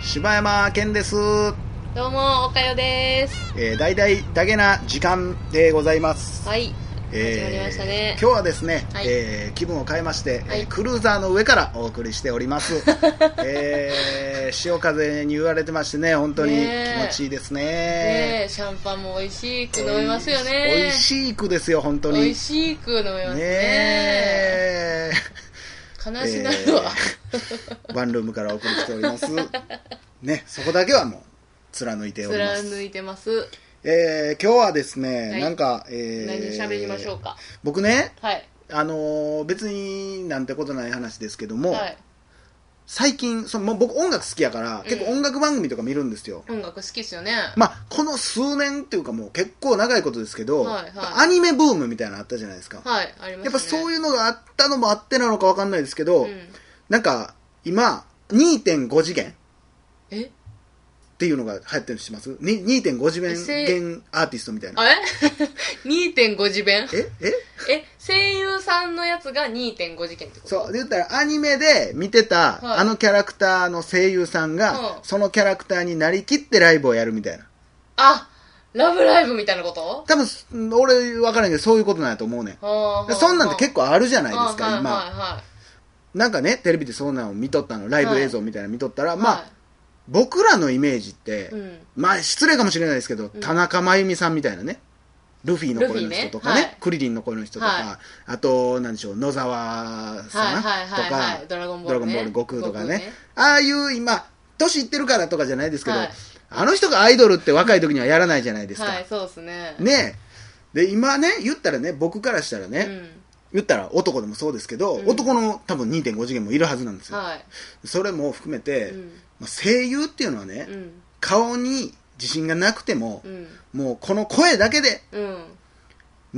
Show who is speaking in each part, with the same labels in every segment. Speaker 1: 柴山健です。
Speaker 2: どうも、おかよです。
Speaker 1: えー、大々だけな時間でございます。
Speaker 2: はい。
Speaker 1: えー
Speaker 2: 始まりましたね。
Speaker 1: 今日はですね、
Speaker 2: はい
Speaker 1: えー気分を変えまして、えー
Speaker 2: はい
Speaker 1: クルーザーの上からお送りしております、 えー潮風に言われてましてね本当に気
Speaker 2: ねえ
Speaker 1: 持ちいいですね
Speaker 2: ねえ、シャンパンも美味しく飲めますよね。
Speaker 1: 美味しい句ですよ本当に
Speaker 2: 美味しく飲めます
Speaker 1: ね
Speaker 2: ね。
Speaker 1: え
Speaker 2: 悲しなるわ。
Speaker 1: えーワンルームからお送りしておりますねそこだけはもう貫いております
Speaker 2: 貫いてます。
Speaker 1: えー今日はですね、
Speaker 2: はい
Speaker 1: なんか、えー
Speaker 2: 何喋りましょうか。
Speaker 1: 僕ね
Speaker 2: はい。
Speaker 1: あのー別になんてことない話ですけども、
Speaker 2: はい。
Speaker 1: 最近そのもう僕音楽好きやから、
Speaker 2: ん
Speaker 1: 結構音楽番組とか見るんですよ、
Speaker 2: 音楽好きっすよね。
Speaker 1: まあこの数年っていうかもう結構長いことですけど、
Speaker 2: はいはい
Speaker 1: アニメブームみたいなのあったじゃないですか、
Speaker 2: はい、ありますね。
Speaker 1: やっぱそう
Speaker 2: い
Speaker 1: いうのがあったのもあってなのかわかんないですけど、
Speaker 2: ん、
Speaker 1: なんか今2.5次元
Speaker 2: え
Speaker 1: っていうのが流行ってるのしますに2.5次元
Speaker 2: せ
Speaker 1: 元アーティストみたいな
Speaker 2: あれ ?2.5 次元
Speaker 1: ええ
Speaker 2: え、声優さんのやつが2.5次元ってこと
Speaker 1: そう。で言ったらアニメで見てた、
Speaker 2: はい
Speaker 1: あのキャラクターの声優さんが、
Speaker 2: うん
Speaker 1: そのキャラクターになりきってライブをやるみたいな
Speaker 2: あ、ラブライブみたいなこと
Speaker 1: 多分うん俺分からんけどそういうことなんやと思うねん
Speaker 2: はあはあはあ
Speaker 1: そんなんって結構あるじゃないです
Speaker 2: あ
Speaker 1: か
Speaker 2: はいはい
Speaker 1: 今
Speaker 2: はい
Speaker 1: なんかねテレビでそんなの見とったのライブ映像みたいなの見とったらま
Speaker 2: は
Speaker 1: あ僕らのイメージって
Speaker 2: うん
Speaker 1: まあ失礼かもしれないですけど
Speaker 2: うん
Speaker 1: 田中真由美さんみたいなねルフィの声の人とか
Speaker 2: ルフィねは
Speaker 1: ね
Speaker 2: い
Speaker 1: クリリンの声の人と
Speaker 2: は
Speaker 1: かあと何でしょう野沢
Speaker 2: はい
Speaker 1: さんと
Speaker 2: はいはい
Speaker 1: か
Speaker 2: はいドラゴンボ
Speaker 1: ドラ
Speaker 2: ール
Speaker 1: ゴ
Speaker 2: ね
Speaker 1: ンボール悟空とかねああいう今年いってるからとかじゃないですけど、
Speaker 2: はい
Speaker 1: あの人がアイドルって若い時にはやらないじゃないですか、
Speaker 2: はいそうですね
Speaker 1: ねえで今ね言ったらね僕からしたらね、
Speaker 2: う
Speaker 1: 言ったら男でもそうですけど、
Speaker 2: うん
Speaker 1: 男の多分2.5次元もいるはずなんです
Speaker 2: ん
Speaker 1: よ、
Speaker 2: はい
Speaker 1: それも含めて、
Speaker 2: うん
Speaker 1: まあ声優っていうのはね、
Speaker 2: うん
Speaker 1: 顔に自信がなくても
Speaker 2: う、ん
Speaker 1: もうこの声だけで
Speaker 2: う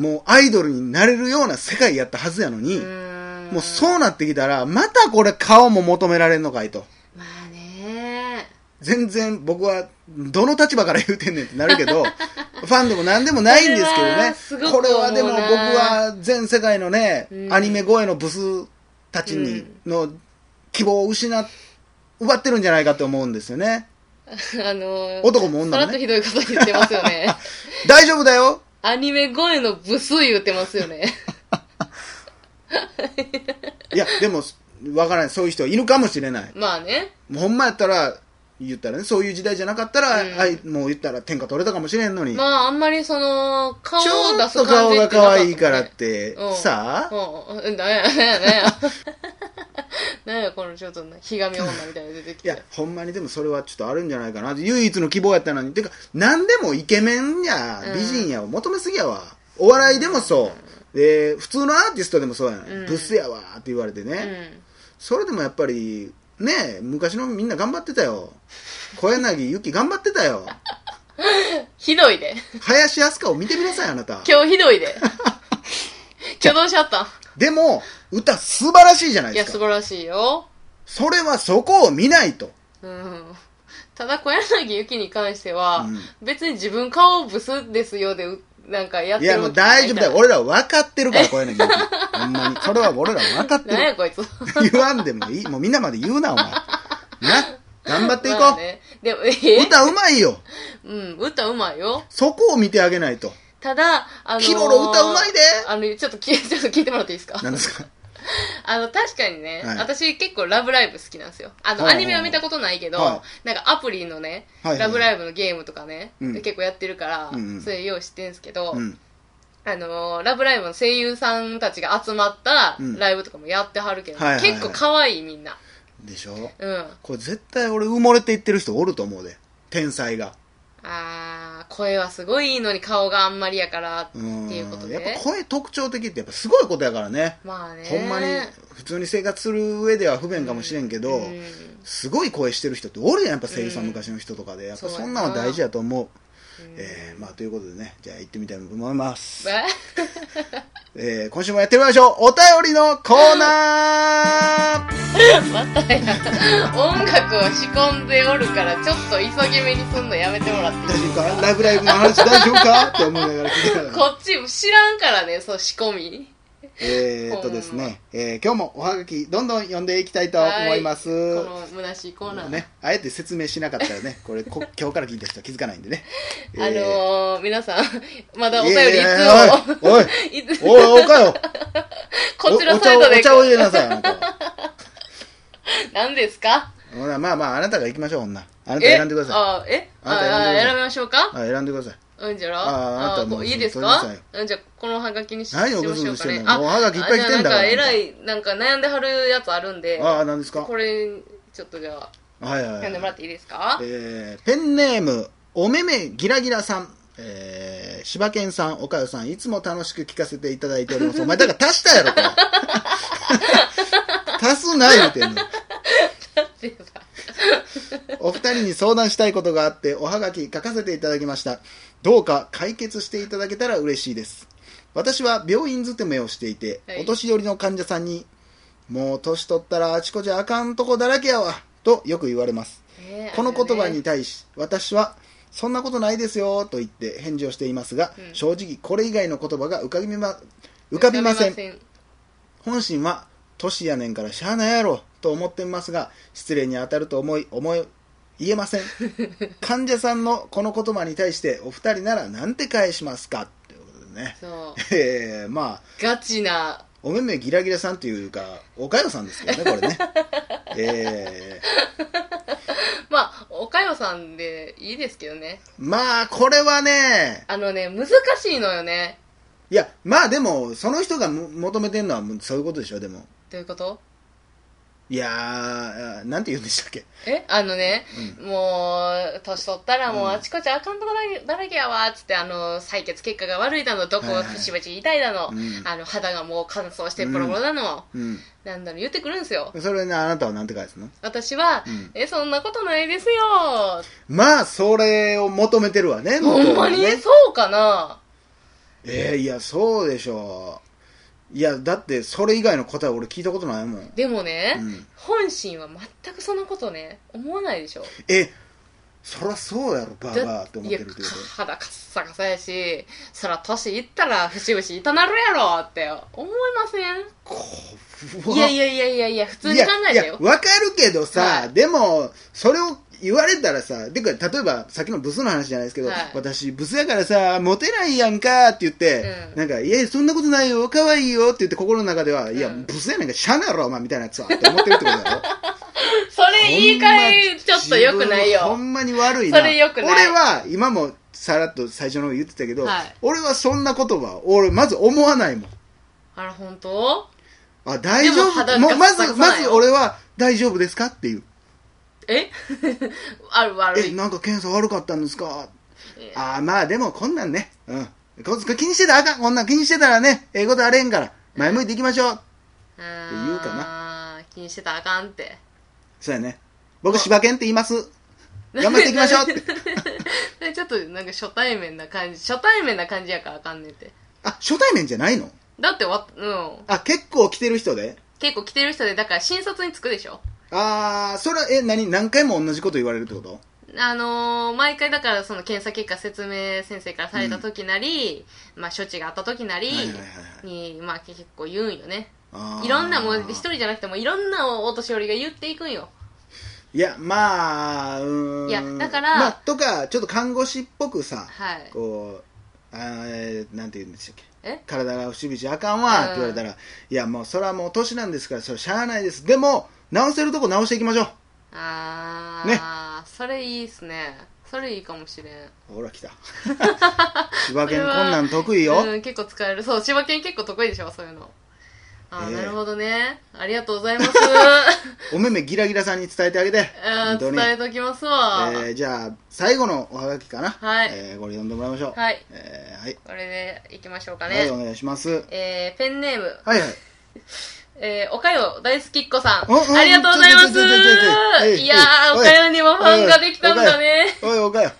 Speaker 2: ん
Speaker 1: もうアイドルになれるような世界やったはずやのに、
Speaker 2: うん
Speaker 1: もうそうなってきたらまたこれ顔も求められんのかいと。
Speaker 2: まあね
Speaker 1: 全然僕はどの立場から言うてんねんってなるけ どファンでも何でもないんですけどね
Speaker 2: それはすご
Speaker 1: これ
Speaker 2: く思う
Speaker 1: は
Speaker 2: な
Speaker 1: でも僕は全世界のね、
Speaker 2: うん
Speaker 1: アニメ声のブスたちにの希望を失っ奪ってるんじゃないかと思うんですよね
Speaker 2: あのー
Speaker 1: 男も女もね
Speaker 2: さらっとひどいこと言ってます よね
Speaker 1: 大丈夫だよ
Speaker 2: アニメ声のブス言ってますよね
Speaker 1: いやでもわからないそういう人はいるかもしれない
Speaker 2: まあね
Speaker 1: もうほんまやったら言ったらねそういう時代じゃなかったら、
Speaker 2: うん
Speaker 1: あいもう言ったら天下取れたかもしれんのに、
Speaker 2: まああんまりその顔
Speaker 1: ち
Speaker 2: を
Speaker 1: ょ
Speaker 2: 出
Speaker 1: っと
Speaker 2: す感
Speaker 1: 顔
Speaker 2: じ
Speaker 1: が
Speaker 2: って
Speaker 1: 可愛いからって、
Speaker 2: うん
Speaker 1: さあ、
Speaker 2: うんうんだやだやだやなんやこのちょっとねひがみ女みたいなの出てき
Speaker 1: い
Speaker 2: て
Speaker 1: や、ほんまにでもそれはちょっとあるんじゃないかな。唯一の希望やったのに。てか、何でもイケメンや
Speaker 2: う、ん
Speaker 1: 美人やを求めすぎやわ。お笑いでもそう。で、普通のアーティストでもそうやない。
Speaker 2: うん
Speaker 1: ブスやわって言われてね。
Speaker 2: うん
Speaker 1: それでもやっぱり、ねえ昔のみんな頑張ってたよ。小柳ゆき頑張ってたよ。
Speaker 2: ひどいで。
Speaker 1: 林飛鳥を見てみなさい、あなた。
Speaker 2: 今日ひど いで。今日どうしちゃったん
Speaker 1: でも、歌素晴らしいじゃない
Speaker 2: い
Speaker 1: で
Speaker 2: や、
Speaker 1: す
Speaker 2: 素
Speaker 1: か。
Speaker 2: 晴らしいよ。
Speaker 1: それはそこを見ないと。
Speaker 2: うん。ただ、小柳ゆきに関しては、
Speaker 1: う
Speaker 2: 別に自分顔ブスですよで、うなんかやっ
Speaker 1: い
Speaker 2: てる
Speaker 1: や、もう大丈夫だよ。
Speaker 2: 俺。
Speaker 1: 俺ら分かってる から、小柳ゆき。ほんまに。それは俺ら分かってる
Speaker 2: なん。やこいつ。
Speaker 1: 言わんでもいい。もうみんなまで言うな、お前。な、頑張っていこう。
Speaker 2: まあねでも、え
Speaker 1: 歌うまいよ。
Speaker 2: うん、歌うまいよ。
Speaker 1: そこを見てあげないと。
Speaker 2: ただ、あのー
Speaker 1: キロロ歌うまいで
Speaker 2: あの、ちょっと聞い、ちょっと聞いてもらっていいですか
Speaker 1: なんですか
Speaker 2: あの、確かにね、
Speaker 1: はい
Speaker 2: 私結構ラブライブ好きなんですよ。あの、
Speaker 1: はいはいはい
Speaker 2: アニメは見たことないけど、
Speaker 1: は
Speaker 2: なんかアプリのね、
Speaker 1: はいはい
Speaker 2: ラブライブのゲームとかね、
Speaker 1: うん
Speaker 2: 結構やってるから、
Speaker 1: うんうん
Speaker 2: それよう知ってんすけど、
Speaker 1: うん。
Speaker 2: あのー、ラブライブの声優さんたちが集まった
Speaker 1: うん
Speaker 2: ライブとかもやってはるけど、
Speaker 1: はいはいはい
Speaker 2: 結構可愛いみんな。
Speaker 1: でしょ
Speaker 2: うん。
Speaker 1: これ絶対俺埋もれていってる人おると思うで。天才が。
Speaker 2: あー、声はすごいいいのに顔があんまりやからって
Speaker 1: うん。
Speaker 2: いうこと
Speaker 1: やっぱ
Speaker 2: で。
Speaker 1: 声特徴的ってやっぱすごいことやからね。
Speaker 2: まあね。
Speaker 1: ほんまに、普通に生活する上では不便かもしれんけど、
Speaker 2: うん
Speaker 1: すごい声してる人っておるやん、やっぱ声優さん、
Speaker 2: うん
Speaker 1: 昔の人とかで。やっぱ
Speaker 2: そうやな
Speaker 1: そんなんは大事やと思う。
Speaker 2: うん
Speaker 1: えー、まあということでね、じゃあ行ってみたいと思います。
Speaker 2: え
Speaker 1: えー、今週もやってみましょうお便りのコーナー
Speaker 2: またや 音楽を仕込んでおるからちょっと急ぎ目にすんのやめてもらっていい
Speaker 1: 大丈夫かラブ ライブの話大丈夫かって思いながら聞いてた
Speaker 2: こっち知らんからねそう仕込み
Speaker 1: えーっとですね、えー今日もおはがきどんどん読んでいきたいと思います。
Speaker 2: この虚しいコーナー。
Speaker 1: ね、あえて説明しなかったらね、これこ 今日から聞いた人は気づかないんでね。えー
Speaker 2: あのー、皆さん、 まだお便りい
Speaker 1: い
Speaker 2: つ
Speaker 1: やいや
Speaker 2: も、
Speaker 1: おい
Speaker 2: いつ
Speaker 1: おい、おい、おかよ。
Speaker 2: こちらサイド
Speaker 1: おお
Speaker 2: で、
Speaker 1: 茶をお茶を入れなさい、あなたは。
Speaker 2: 何ですか
Speaker 1: ほらまあまあ、あなたが行きましょう、女。あなた
Speaker 2: え
Speaker 1: 選んでくださ
Speaker 2: あ、え
Speaker 1: あなた選ん
Speaker 2: あ、
Speaker 1: でください
Speaker 2: 選びましょう
Speaker 1: い。
Speaker 2: か
Speaker 1: はい、選んでください。
Speaker 2: うんじゃろ
Speaker 1: ああなたもう
Speaker 2: いいです
Speaker 1: 取りな
Speaker 2: か
Speaker 1: さいよ
Speaker 2: うんじゃあ、このハガキにし
Speaker 1: 何を
Speaker 2: しましょ
Speaker 1: グズ
Speaker 2: うか
Speaker 1: グズして
Speaker 2: ね
Speaker 1: ん。の
Speaker 2: あ
Speaker 1: もうハガキいっぱい来てんだから
Speaker 2: あじゃあなんか、偉い、なんか悩んではるやつあるんで、
Speaker 1: ああ、何ですか
Speaker 2: これ、ちょっとじゃあ、
Speaker 1: はいはいは
Speaker 2: 読んで
Speaker 1: い
Speaker 2: も。らっていいですか
Speaker 1: えーペンネーム、おめめギラギラさん。えー、柴犬さん、岡代さん、いつも楽しく聞かせていただいております。お前、だから足したやろ、 これ。足すな、言うてんの。
Speaker 2: だ ってさ、
Speaker 1: お二人に相談したいことがあって、おはがき書かせていただきました。どうか解決していただけたら嬉しいです。私は病院勤めをしていて、
Speaker 2: はい
Speaker 1: お年寄りの患者さんに、もう年取ったらあちこちあかんとこだらけやわ、とよく言われます。
Speaker 2: ね
Speaker 1: この言葉に
Speaker 2: あ
Speaker 1: 対し、私は、そんなことないですよ、と言って返事をしていますが、
Speaker 2: うん
Speaker 1: 正直これ以外の言葉が浮かびま、浮
Speaker 2: れ
Speaker 1: かびません
Speaker 2: 浮。ん。
Speaker 1: 本心は年やねんからしゃあないやろと思ってますが失礼に当たると思い思い言えません患者さんのこの言葉に対してお二人ならなんて返しますかということでね
Speaker 2: そう。
Speaker 1: えー、まあ
Speaker 2: ガチな、
Speaker 1: おめめギラギラさんというかおかよさんですけどねこれねえー、
Speaker 2: まあ、おかよさんでいいですけどね。
Speaker 1: まあこれはね
Speaker 2: あのね、難しいのよね。
Speaker 1: いやまあでもその人がも求めてるのはもうそういうことでしょでも
Speaker 2: どういうこと
Speaker 1: いやーなんて言うんでしたっけ
Speaker 2: えあのね、もう、年取ったらもうあちこちあかんとこだらけやわ、つって、あの、採血結果が悪いだの、どこ
Speaker 1: はい
Speaker 2: が
Speaker 1: はい
Speaker 2: バチバチ痛いだの、
Speaker 1: うん
Speaker 2: あの、肌がもう乾燥してボロボロだの、
Speaker 1: うん
Speaker 2: なんだの言ってくるんですよ。
Speaker 1: それねあなたはなんて返すの
Speaker 2: 私は、
Speaker 1: うん
Speaker 2: え、そんなことないですよ。
Speaker 1: まあ、それを求めてるわね、
Speaker 2: ほん
Speaker 1: 向
Speaker 2: ま
Speaker 1: こう
Speaker 2: に、
Speaker 1: はね
Speaker 2: そうかな
Speaker 1: えーいや、そうでしょう。いや、だって、それ以外の答え俺聞いたことないもん。
Speaker 2: でもね、
Speaker 1: うん
Speaker 2: 本心は全くそんなことね、思わないでしょ。
Speaker 1: え、そらそうやろ、バー
Speaker 2: だ
Speaker 1: バーって思ってるけ
Speaker 2: い
Speaker 1: ど
Speaker 2: や。肌カッサカサやしそら年いったら節々痛なるやろって思いませ
Speaker 1: こ
Speaker 2: ん
Speaker 1: わ
Speaker 2: いやいやいやいやいや普通に考え
Speaker 1: いや
Speaker 2: て
Speaker 1: いや
Speaker 2: よ
Speaker 1: わかるけどさ、
Speaker 2: はい
Speaker 1: でも、それを言われたらさ、でか、例えば、さっきのブスの話じゃないですけど、
Speaker 2: はい
Speaker 1: 私、ブスやからさ、モテないやんかって言って、
Speaker 2: うん
Speaker 1: なんか、いや、そんなことないよ、可愛いよって言って、心の中では、いや、
Speaker 2: うん
Speaker 1: ブスやなんか、しゃあないやろ、お前みたいなやつは、って思ってるってことだろ。
Speaker 2: それ言い換えちょっとよくない
Speaker 1: ほ
Speaker 2: よ
Speaker 1: んまに悪いな
Speaker 2: それ良くない
Speaker 1: 俺は今もさらっと最初の方言ってたけど、
Speaker 2: はい
Speaker 1: 俺はそんな言葉俺まず思わないもん
Speaker 2: あら本当
Speaker 1: あ大丈
Speaker 2: でも
Speaker 1: 夫
Speaker 2: 肌
Speaker 1: もう
Speaker 2: が
Speaker 1: まず
Speaker 2: ガサガサ
Speaker 1: ま
Speaker 2: なん
Speaker 1: ず
Speaker 2: よ
Speaker 1: 俺は大丈夫ですかっていう
Speaker 2: え ある悪
Speaker 1: え
Speaker 2: い
Speaker 1: なんか検査悪かったんですかあまあでもこんなんねうんここ気にしてたらあかんこんなん気にしてたらねええことあれへんから前向いていきましょう
Speaker 2: あ
Speaker 1: 言うか
Speaker 2: な気にしてたらあかんって
Speaker 1: そうやね僕柴犬って言います頑張っていきましょうって
Speaker 2: でちょっとなんか初対面な感じ初対面な感じやからあかんねんって
Speaker 1: あ初対面じゃないの
Speaker 2: だってわうん
Speaker 1: あ結構来てる人で
Speaker 2: 結構来てる人でだから新卒につくでしょ
Speaker 1: ああそれはえ何何回も同じこと言われるってこと
Speaker 2: あのー毎回だからその検査結果説明先生からされた時なり、まあ処置があった時なり
Speaker 1: はいはいはいは
Speaker 2: に、まあ結構言うんよね。
Speaker 1: あー
Speaker 2: いろんなもう一人じゃなくてもいろんなお年寄りが言っていくんよ。
Speaker 1: いやまあうーん
Speaker 2: いやだから
Speaker 1: まあ、とかちょっと看護師っぽくさ、
Speaker 2: はい。
Speaker 1: こうあーえーなんて言うんでしたっけ
Speaker 2: え
Speaker 1: 体が節々あかんわって言われたら、いやもうそれはもう年なんですからそれしゃあないですでも直せるとこ直していきましょ
Speaker 2: あー、
Speaker 1: ね
Speaker 2: それいいっすね。それいいかもしれん。
Speaker 1: うほら 来た柴犬こんなん得意よ、
Speaker 2: うん、結構使える。そう、千葉県結構得意でしょ、そういうの。あー、
Speaker 1: ええ
Speaker 2: なるほどね。ありがとうご ざいます。
Speaker 1: おめめギラギラさんに伝えてあげて
Speaker 2: うん
Speaker 1: 本当に
Speaker 2: 伝えときますわ。
Speaker 1: えーじゃあ最後のおはがきかな、
Speaker 2: はい
Speaker 1: えーこれ読んでもらいましょう、
Speaker 2: はい。
Speaker 1: えーはい
Speaker 2: これで行きましょうかね。
Speaker 1: はい、お願いします。
Speaker 2: えー、ペンネーム、
Speaker 1: はいはい。
Speaker 2: えー、おかよ大好きっ子さん。
Speaker 1: おお
Speaker 2: ありがとうございま
Speaker 1: ちょちょちょちょちょは
Speaker 2: す。
Speaker 1: い
Speaker 2: いやー、
Speaker 1: おい
Speaker 2: おかよにもファンができたんだね。
Speaker 1: おい、おかよ。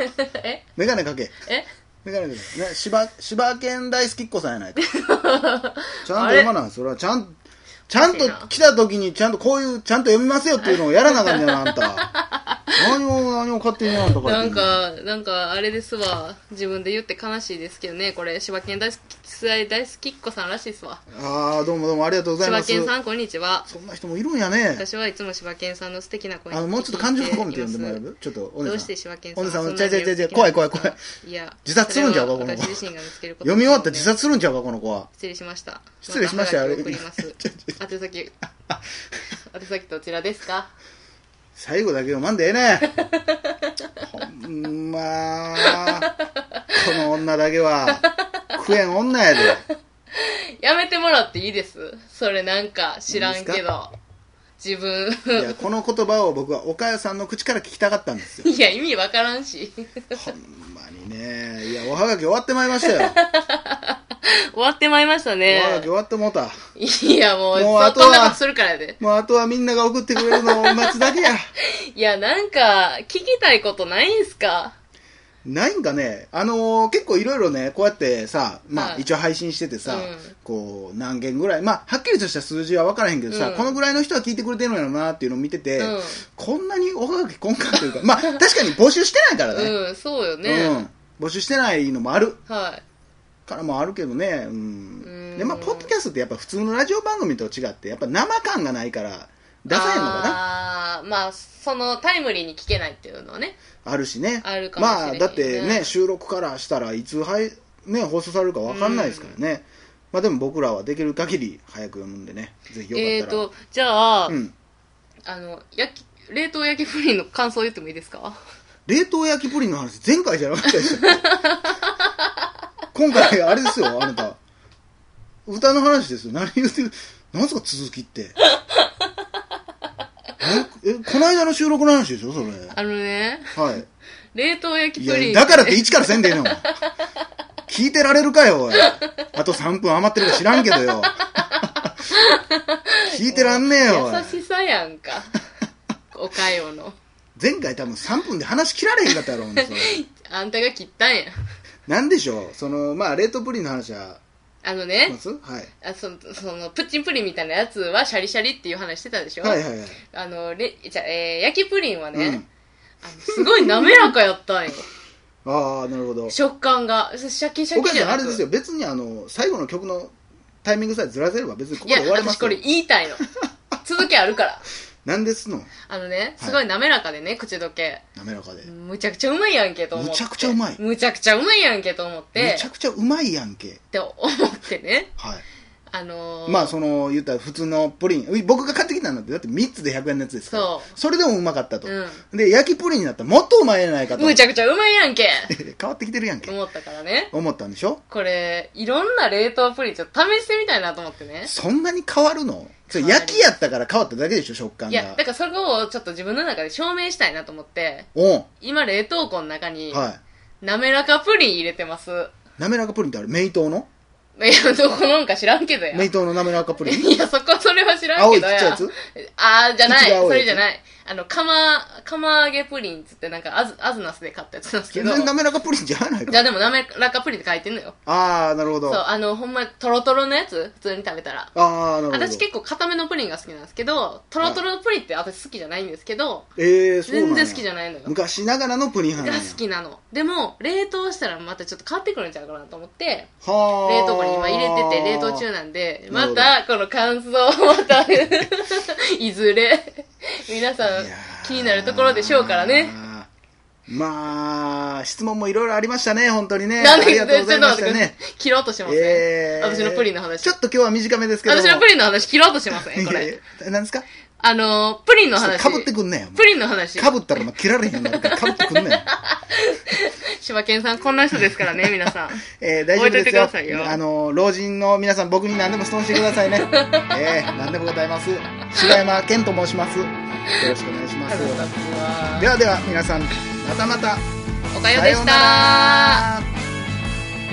Speaker 2: え
Speaker 1: メガネかけ。
Speaker 2: え
Speaker 1: メガネかけ。ね、芝、芝県大好きっ子さんやない か。ちゃんと読まな。それはちゃん、 ちゃんと来た時に、ちゃんとこういう、ちゃんと読みますよっていうのをやらなあかんじゃん、あんた。何を、何を勝手にやんとか
Speaker 2: な
Speaker 1: 言っ
Speaker 2: ん
Speaker 1: て
Speaker 2: か、なんか、あれですわ。自分で言って悲しいですけどね、これ、柴犬大好き、大好きっ子さんらしいですわ。
Speaker 1: ああ、どうもどうもありがとうござい
Speaker 2: 柴
Speaker 1: ます。
Speaker 2: 犬さん、こんにちは。
Speaker 1: そんな人もいるんやね。
Speaker 2: 私はいつも柴犬さんの素敵な声に
Speaker 1: あの、もうちょっと感情を込めて読んでもらえ
Speaker 2: ます
Speaker 1: るちょっと、お
Speaker 2: ど
Speaker 1: 姉さ
Speaker 2: うし
Speaker 1: ん
Speaker 2: て。柴犬さ
Speaker 1: お
Speaker 2: ん
Speaker 1: 姉さん
Speaker 2: はそな
Speaker 1: ちゃいちゃいちゃいちゃい
Speaker 2: 魅力的な
Speaker 1: 怖い怖い怖
Speaker 2: いや、
Speaker 1: 自殺するんちゃうか
Speaker 2: それ
Speaker 1: この
Speaker 2: は
Speaker 1: 子
Speaker 2: 私自身が見つけること
Speaker 1: 読み終わったら自
Speaker 2: ですので
Speaker 1: 殺するんちゃうか、この子は。
Speaker 2: 失礼しました。
Speaker 1: 失礼しました
Speaker 2: た
Speaker 1: よ
Speaker 2: はがきを送 ります。宛先。 宛先どちらですか
Speaker 1: 最後だけ読まんでええね。ほんま、この女だけは、食えん女やで。
Speaker 2: やめてもらっていいですそれなんか知らん
Speaker 1: いい
Speaker 2: け
Speaker 1: で
Speaker 2: ど。自分。
Speaker 1: いや、この言葉を僕は岡谷さんの口から聞きたかったんですよ。
Speaker 2: いや、意味わからんし。
Speaker 1: ほんまにね。いや、おはがき終わってまいりましたよ。
Speaker 2: 終わってまいりました
Speaker 1: お
Speaker 2: ね。
Speaker 1: はがき終わってもうた。
Speaker 2: いや、もう、
Speaker 1: もう
Speaker 2: そ
Speaker 1: あとは
Speaker 2: こんなことするからやで。
Speaker 1: もうあとはみんなが送ってくれるのを待つだけや。
Speaker 2: いや、なんか、聞きたいことないんすか
Speaker 1: ないんかね、あのー結構いろいろね、こうやってさ、まあ、
Speaker 2: はい
Speaker 1: 一応配信しててさ、
Speaker 2: うん
Speaker 1: こう、何件ぐらい、まあ、はっきりとした数字は分からへんけどさ、
Speaker 2: うん
Speaker 1: このぐらいの人は聞いてくれてるのやろなっていうのを見てて、
Speaker 2: うん
Speaker 1: こんなにおはがき今回というか、まあ、確かに募集してないからね。
Speaker 2: うん、そうよ
Speaker 1: う
Speaker 2: ね。
Speaker 1: ん募集してないのもある
Speaker 2: はい。
Speaker 1: からもあるけどね、うん
Speaker 2: うん
Speaker 1: でまあ、ポッドキャストってやっぱ普通のラジオ番組と違ってやっぱ生感がないから出さへんのかなあ
Speaker 2: あーまあ、そのタイムリーに聞けないっていうのはね。
Speaker 1: るしね
Speaker 2: あるかもしれへん
Speaker 1: ま
Speaker 2: ね
Speaker 1: あだってね収録からしたらいつ配、ね、放送されるか分かんないですからね、まあ、でも僕らはできる限り早く読むんでねぜひ
Speaker 2: え
Speaker 1: よか
Speaker 2: ー
Speaker 1: ったら、
Speaker 2: と、じゃあ、
Speaker 1: うん、
Speaker 2: あの、焼き、冷凍焼きプリンの感想言ってもいいで すか
Speaker 1: 冷凍焼きプリンの話前回じゃなかったでしょ 今回あれですよあなた歌の話ですよ何言ってる何すか続き ってええこの間の収録の話でしょそれ
Speaker 2: あのね、
Speaker 1: はい
Speaker 2: 冷凍焼
Speaker 1: い
Speaker 2: きプリン。
Speaker 1: やだからって一からせんでええの聞いてられるかよおいあと3分余ってるか知らんけど よ聞いてらんねえよおい
Speaker 2: 優しさやん か。おかよの。
Speaker 1: 前回多分3分で話切られへんかったやろほんでそれ
Speaker 2: あんたが切ったんや。
Speaker 1: なんでしょうそのまあ冷凍プリンの話は
Speaker 2: あの
Speaker 1: し
Speaker 2: ね
Speaker 1: ま、すはい
Speaker 2: あその、その、プッチンプリンみたいなやつはシャリシャリっていう話してたでしょ
Speaker 1: はいはいはい。
Speaker 2: あの、れ、じゃあ、えー焼きプリンはね、
Speaker 1: うん
Speaker 2: あのすごい滑らかやったん よ。
Speaker 1: ああ、なるほど。
Speaker 2: 食感が。シャキシャ
Speaker 1: 岡
Speaker 2: キじ
Speaker 1: ち
Speaker 2: ゃ
Speaker 1: ゃん、あ
Speaker 2: な
Speaker 1: れ
Speaker 2: く
Speaker 1: ですよ。別にあの、最後の曲のタイミングさえずらせれば別にここ
Speaker 2: い
Speaker 1: で
Speaker 2: や
Speaker 1: 終わりま
Speaker 2: 私
Speaker 1: す
Speaker 2: こ
Speaker 1: よ
Speaker 2: れ。言い たいの続きあるから
Speaker 1: なんですの
Speaker 2: あのねすごい滑らかでね、口どけ
Speaker 1: 滑らかで。む
Speaker 2: むちゃくちゃうまいやんけと思って
Speaker 1: むちゃくちゃうまい
Speaker 2: むちゃくちゃうまいやんけと思って
Speaker 1: ちゃくちゃうまいやんけ。
Speaker 2: って思ってね
Speaker 1: はい。
Speaker 2: あのー
Speaker 1: まあ、その、言ったら普通のプリン。うい僕が買ってきたのって、だって3つで100円のやつですから。
Speaker 2: そう
Speaker 1: それでもうまかったと。
Speaker 2: う
Speaker 1: で、焼きプリンになったらもっとうまいやないかと。
Speaker 2: むちゃくちゃうまいや んけ
Speaker 1: 変わってきてるやん
Speaker 2: と
Speaker 1: け。
Speaker 2: 思ったからね
Speaker 1: 思ったんでしょ
Speaker 2: これいろんな冷凍プリンちょっと試してみたいなと思ってね
Speaker 1: そんなに変わるのそれ
Speaker 2: 変わる
Speaker 1: 焼きやったから変わっただけでしょ食感
Speaker 2: いや
Speaker 1: が
Speaker 2: だ。からそこをちょっと自分の中で証明したいなと思って
Speaker 1: おん。
Speaker 2: 今冷凍庫の中に
Speaker 1: はい。
Speaker 2: 滑らかプリン入れてます、
Speaker 1: 滑らかプリンってあれ、名刀の
Speaker 2: い、やどこのんか知らんけどや
Speaker 1: 名刀の滑らかプリン
Speaker 2: いや、そこ、それは知らんけどや。
Speaker 1: 青いちっちゃい
Speaker 2: あー、じゃな
Speaker 1: 一番青い
Speaker 2: い。
Speaker 1: やつ
Speaker 2: それじゃない。あの、釜、釜揚げプリンっつって、なんか、アズ、アズナスで買ったやつなんですけ
Speaker 1: 全
Speaker 2: ど。
Speaker 1: 然
Speaker 2: じ
Speaker 1: 滑らかプリンじゃない
Speaker 2: ゃ
Speaker 1: か。
Speaker 2: あでも、なめらかプリンって書いてんのよ。
Speaker 1: ああ、なるほ
Speaker 2: そ
Speaker 1: ど。
Speaker 2: う、
Speaker 1: あ
Speaker 2: あの、ほんま、トロトロのやつ普通に食べたら。
Speaker 1: あー、なるほど。
Speaker 2: 私結構固めのプリンが好きなんですけど、トロトロのプリンって私好きじゃないんですけど、
Speaker 1: えー、そうなん
Speaker 2: 全
Speaker 1: や
Speaker 2: 然好きじゃないのよ。
Speaker 1: 昔ながらのプリン派
Speaker 2: が
Speaker 1: なんや
Speaker 2: 好きなの。でも、冷凍したらまたちょっと変わってくるんちゃうかなと思って、
Speaker 1: はあ。
Speaker 2: 冷凍庫に今入れてて、冷凍中なん
Speaker 1: な
Speaker 2: で、
Speaker 1: る
Speaker 2: ま
Speaker 1: ほど
Speaker 2: た、この感想をま た、いずれ、皆さん
Speaker 1: いやー
Speaker 2: 気になるところでしょうからね。。
Speaker 1: まあ、質問もいろいろありましたね、本当にね。
Speaker 2: なん
Speaker 1: あ
Speaker 2: で、
Speaker 1: り
Speaker 2: ちょ
Speaker 1: がと
Speaker 2: っ
Speaker 1: うござい
Speaker 2: と
Speaker 1: ま
Speaker 2: 待
Speaker 1: し
Speaker 2: って
Speaker 1: た
Speaker 2: ください
Speaker 1: ね。。
Speaker 2: 切ろうとしますね。
Speaker 1: えー
Speaker 2: 私のプリンの話
Speaker 1: ちょっと今日は短めですけども。
Speaker 2: 私のプリンの話切ろうとしません、こ
Speaker 1: いや
Speaker 2: れ
Speaker 1: い。やなんですか
Speaker 2: あのー、プリンの話。
Speaker 1: かぶってくんねよ。
Speaker 2: プリンの話。
Speaker 1: かぶったらまあ切られへんようになるから、かぶってくん ねよ。
Speaker 2: 柴犬さん、こんな人ですからね、皆さん。
Speaker 1: えー、大丈夫
Speaker 2: 置いとい
Speaker 1: で
Speaker 2: て
Speaker 1: す
Speaker 2: く
Speaker 1: よ
Speaker 2: ださいよ
Speaker 1: あの老人の皆さん僕に何でも質問してくださ いねえー、何でもございます柴山健と申しますよろしくお願いします
Speaker 2: 腹立つわ
Speaker 1: ではでは皆さんまたまた
Speaker 2: おかよで
Speaker 1: さよ
Speaker 2: し
Speaker 1: うな
Speaker 2: た
Speaker 1: ら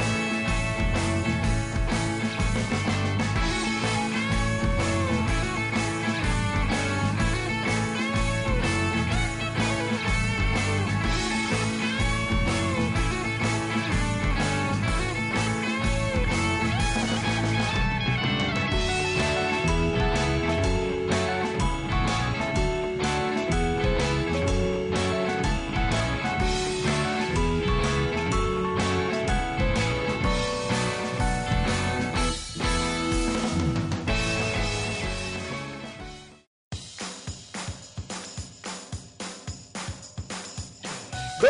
Speaker 1: ど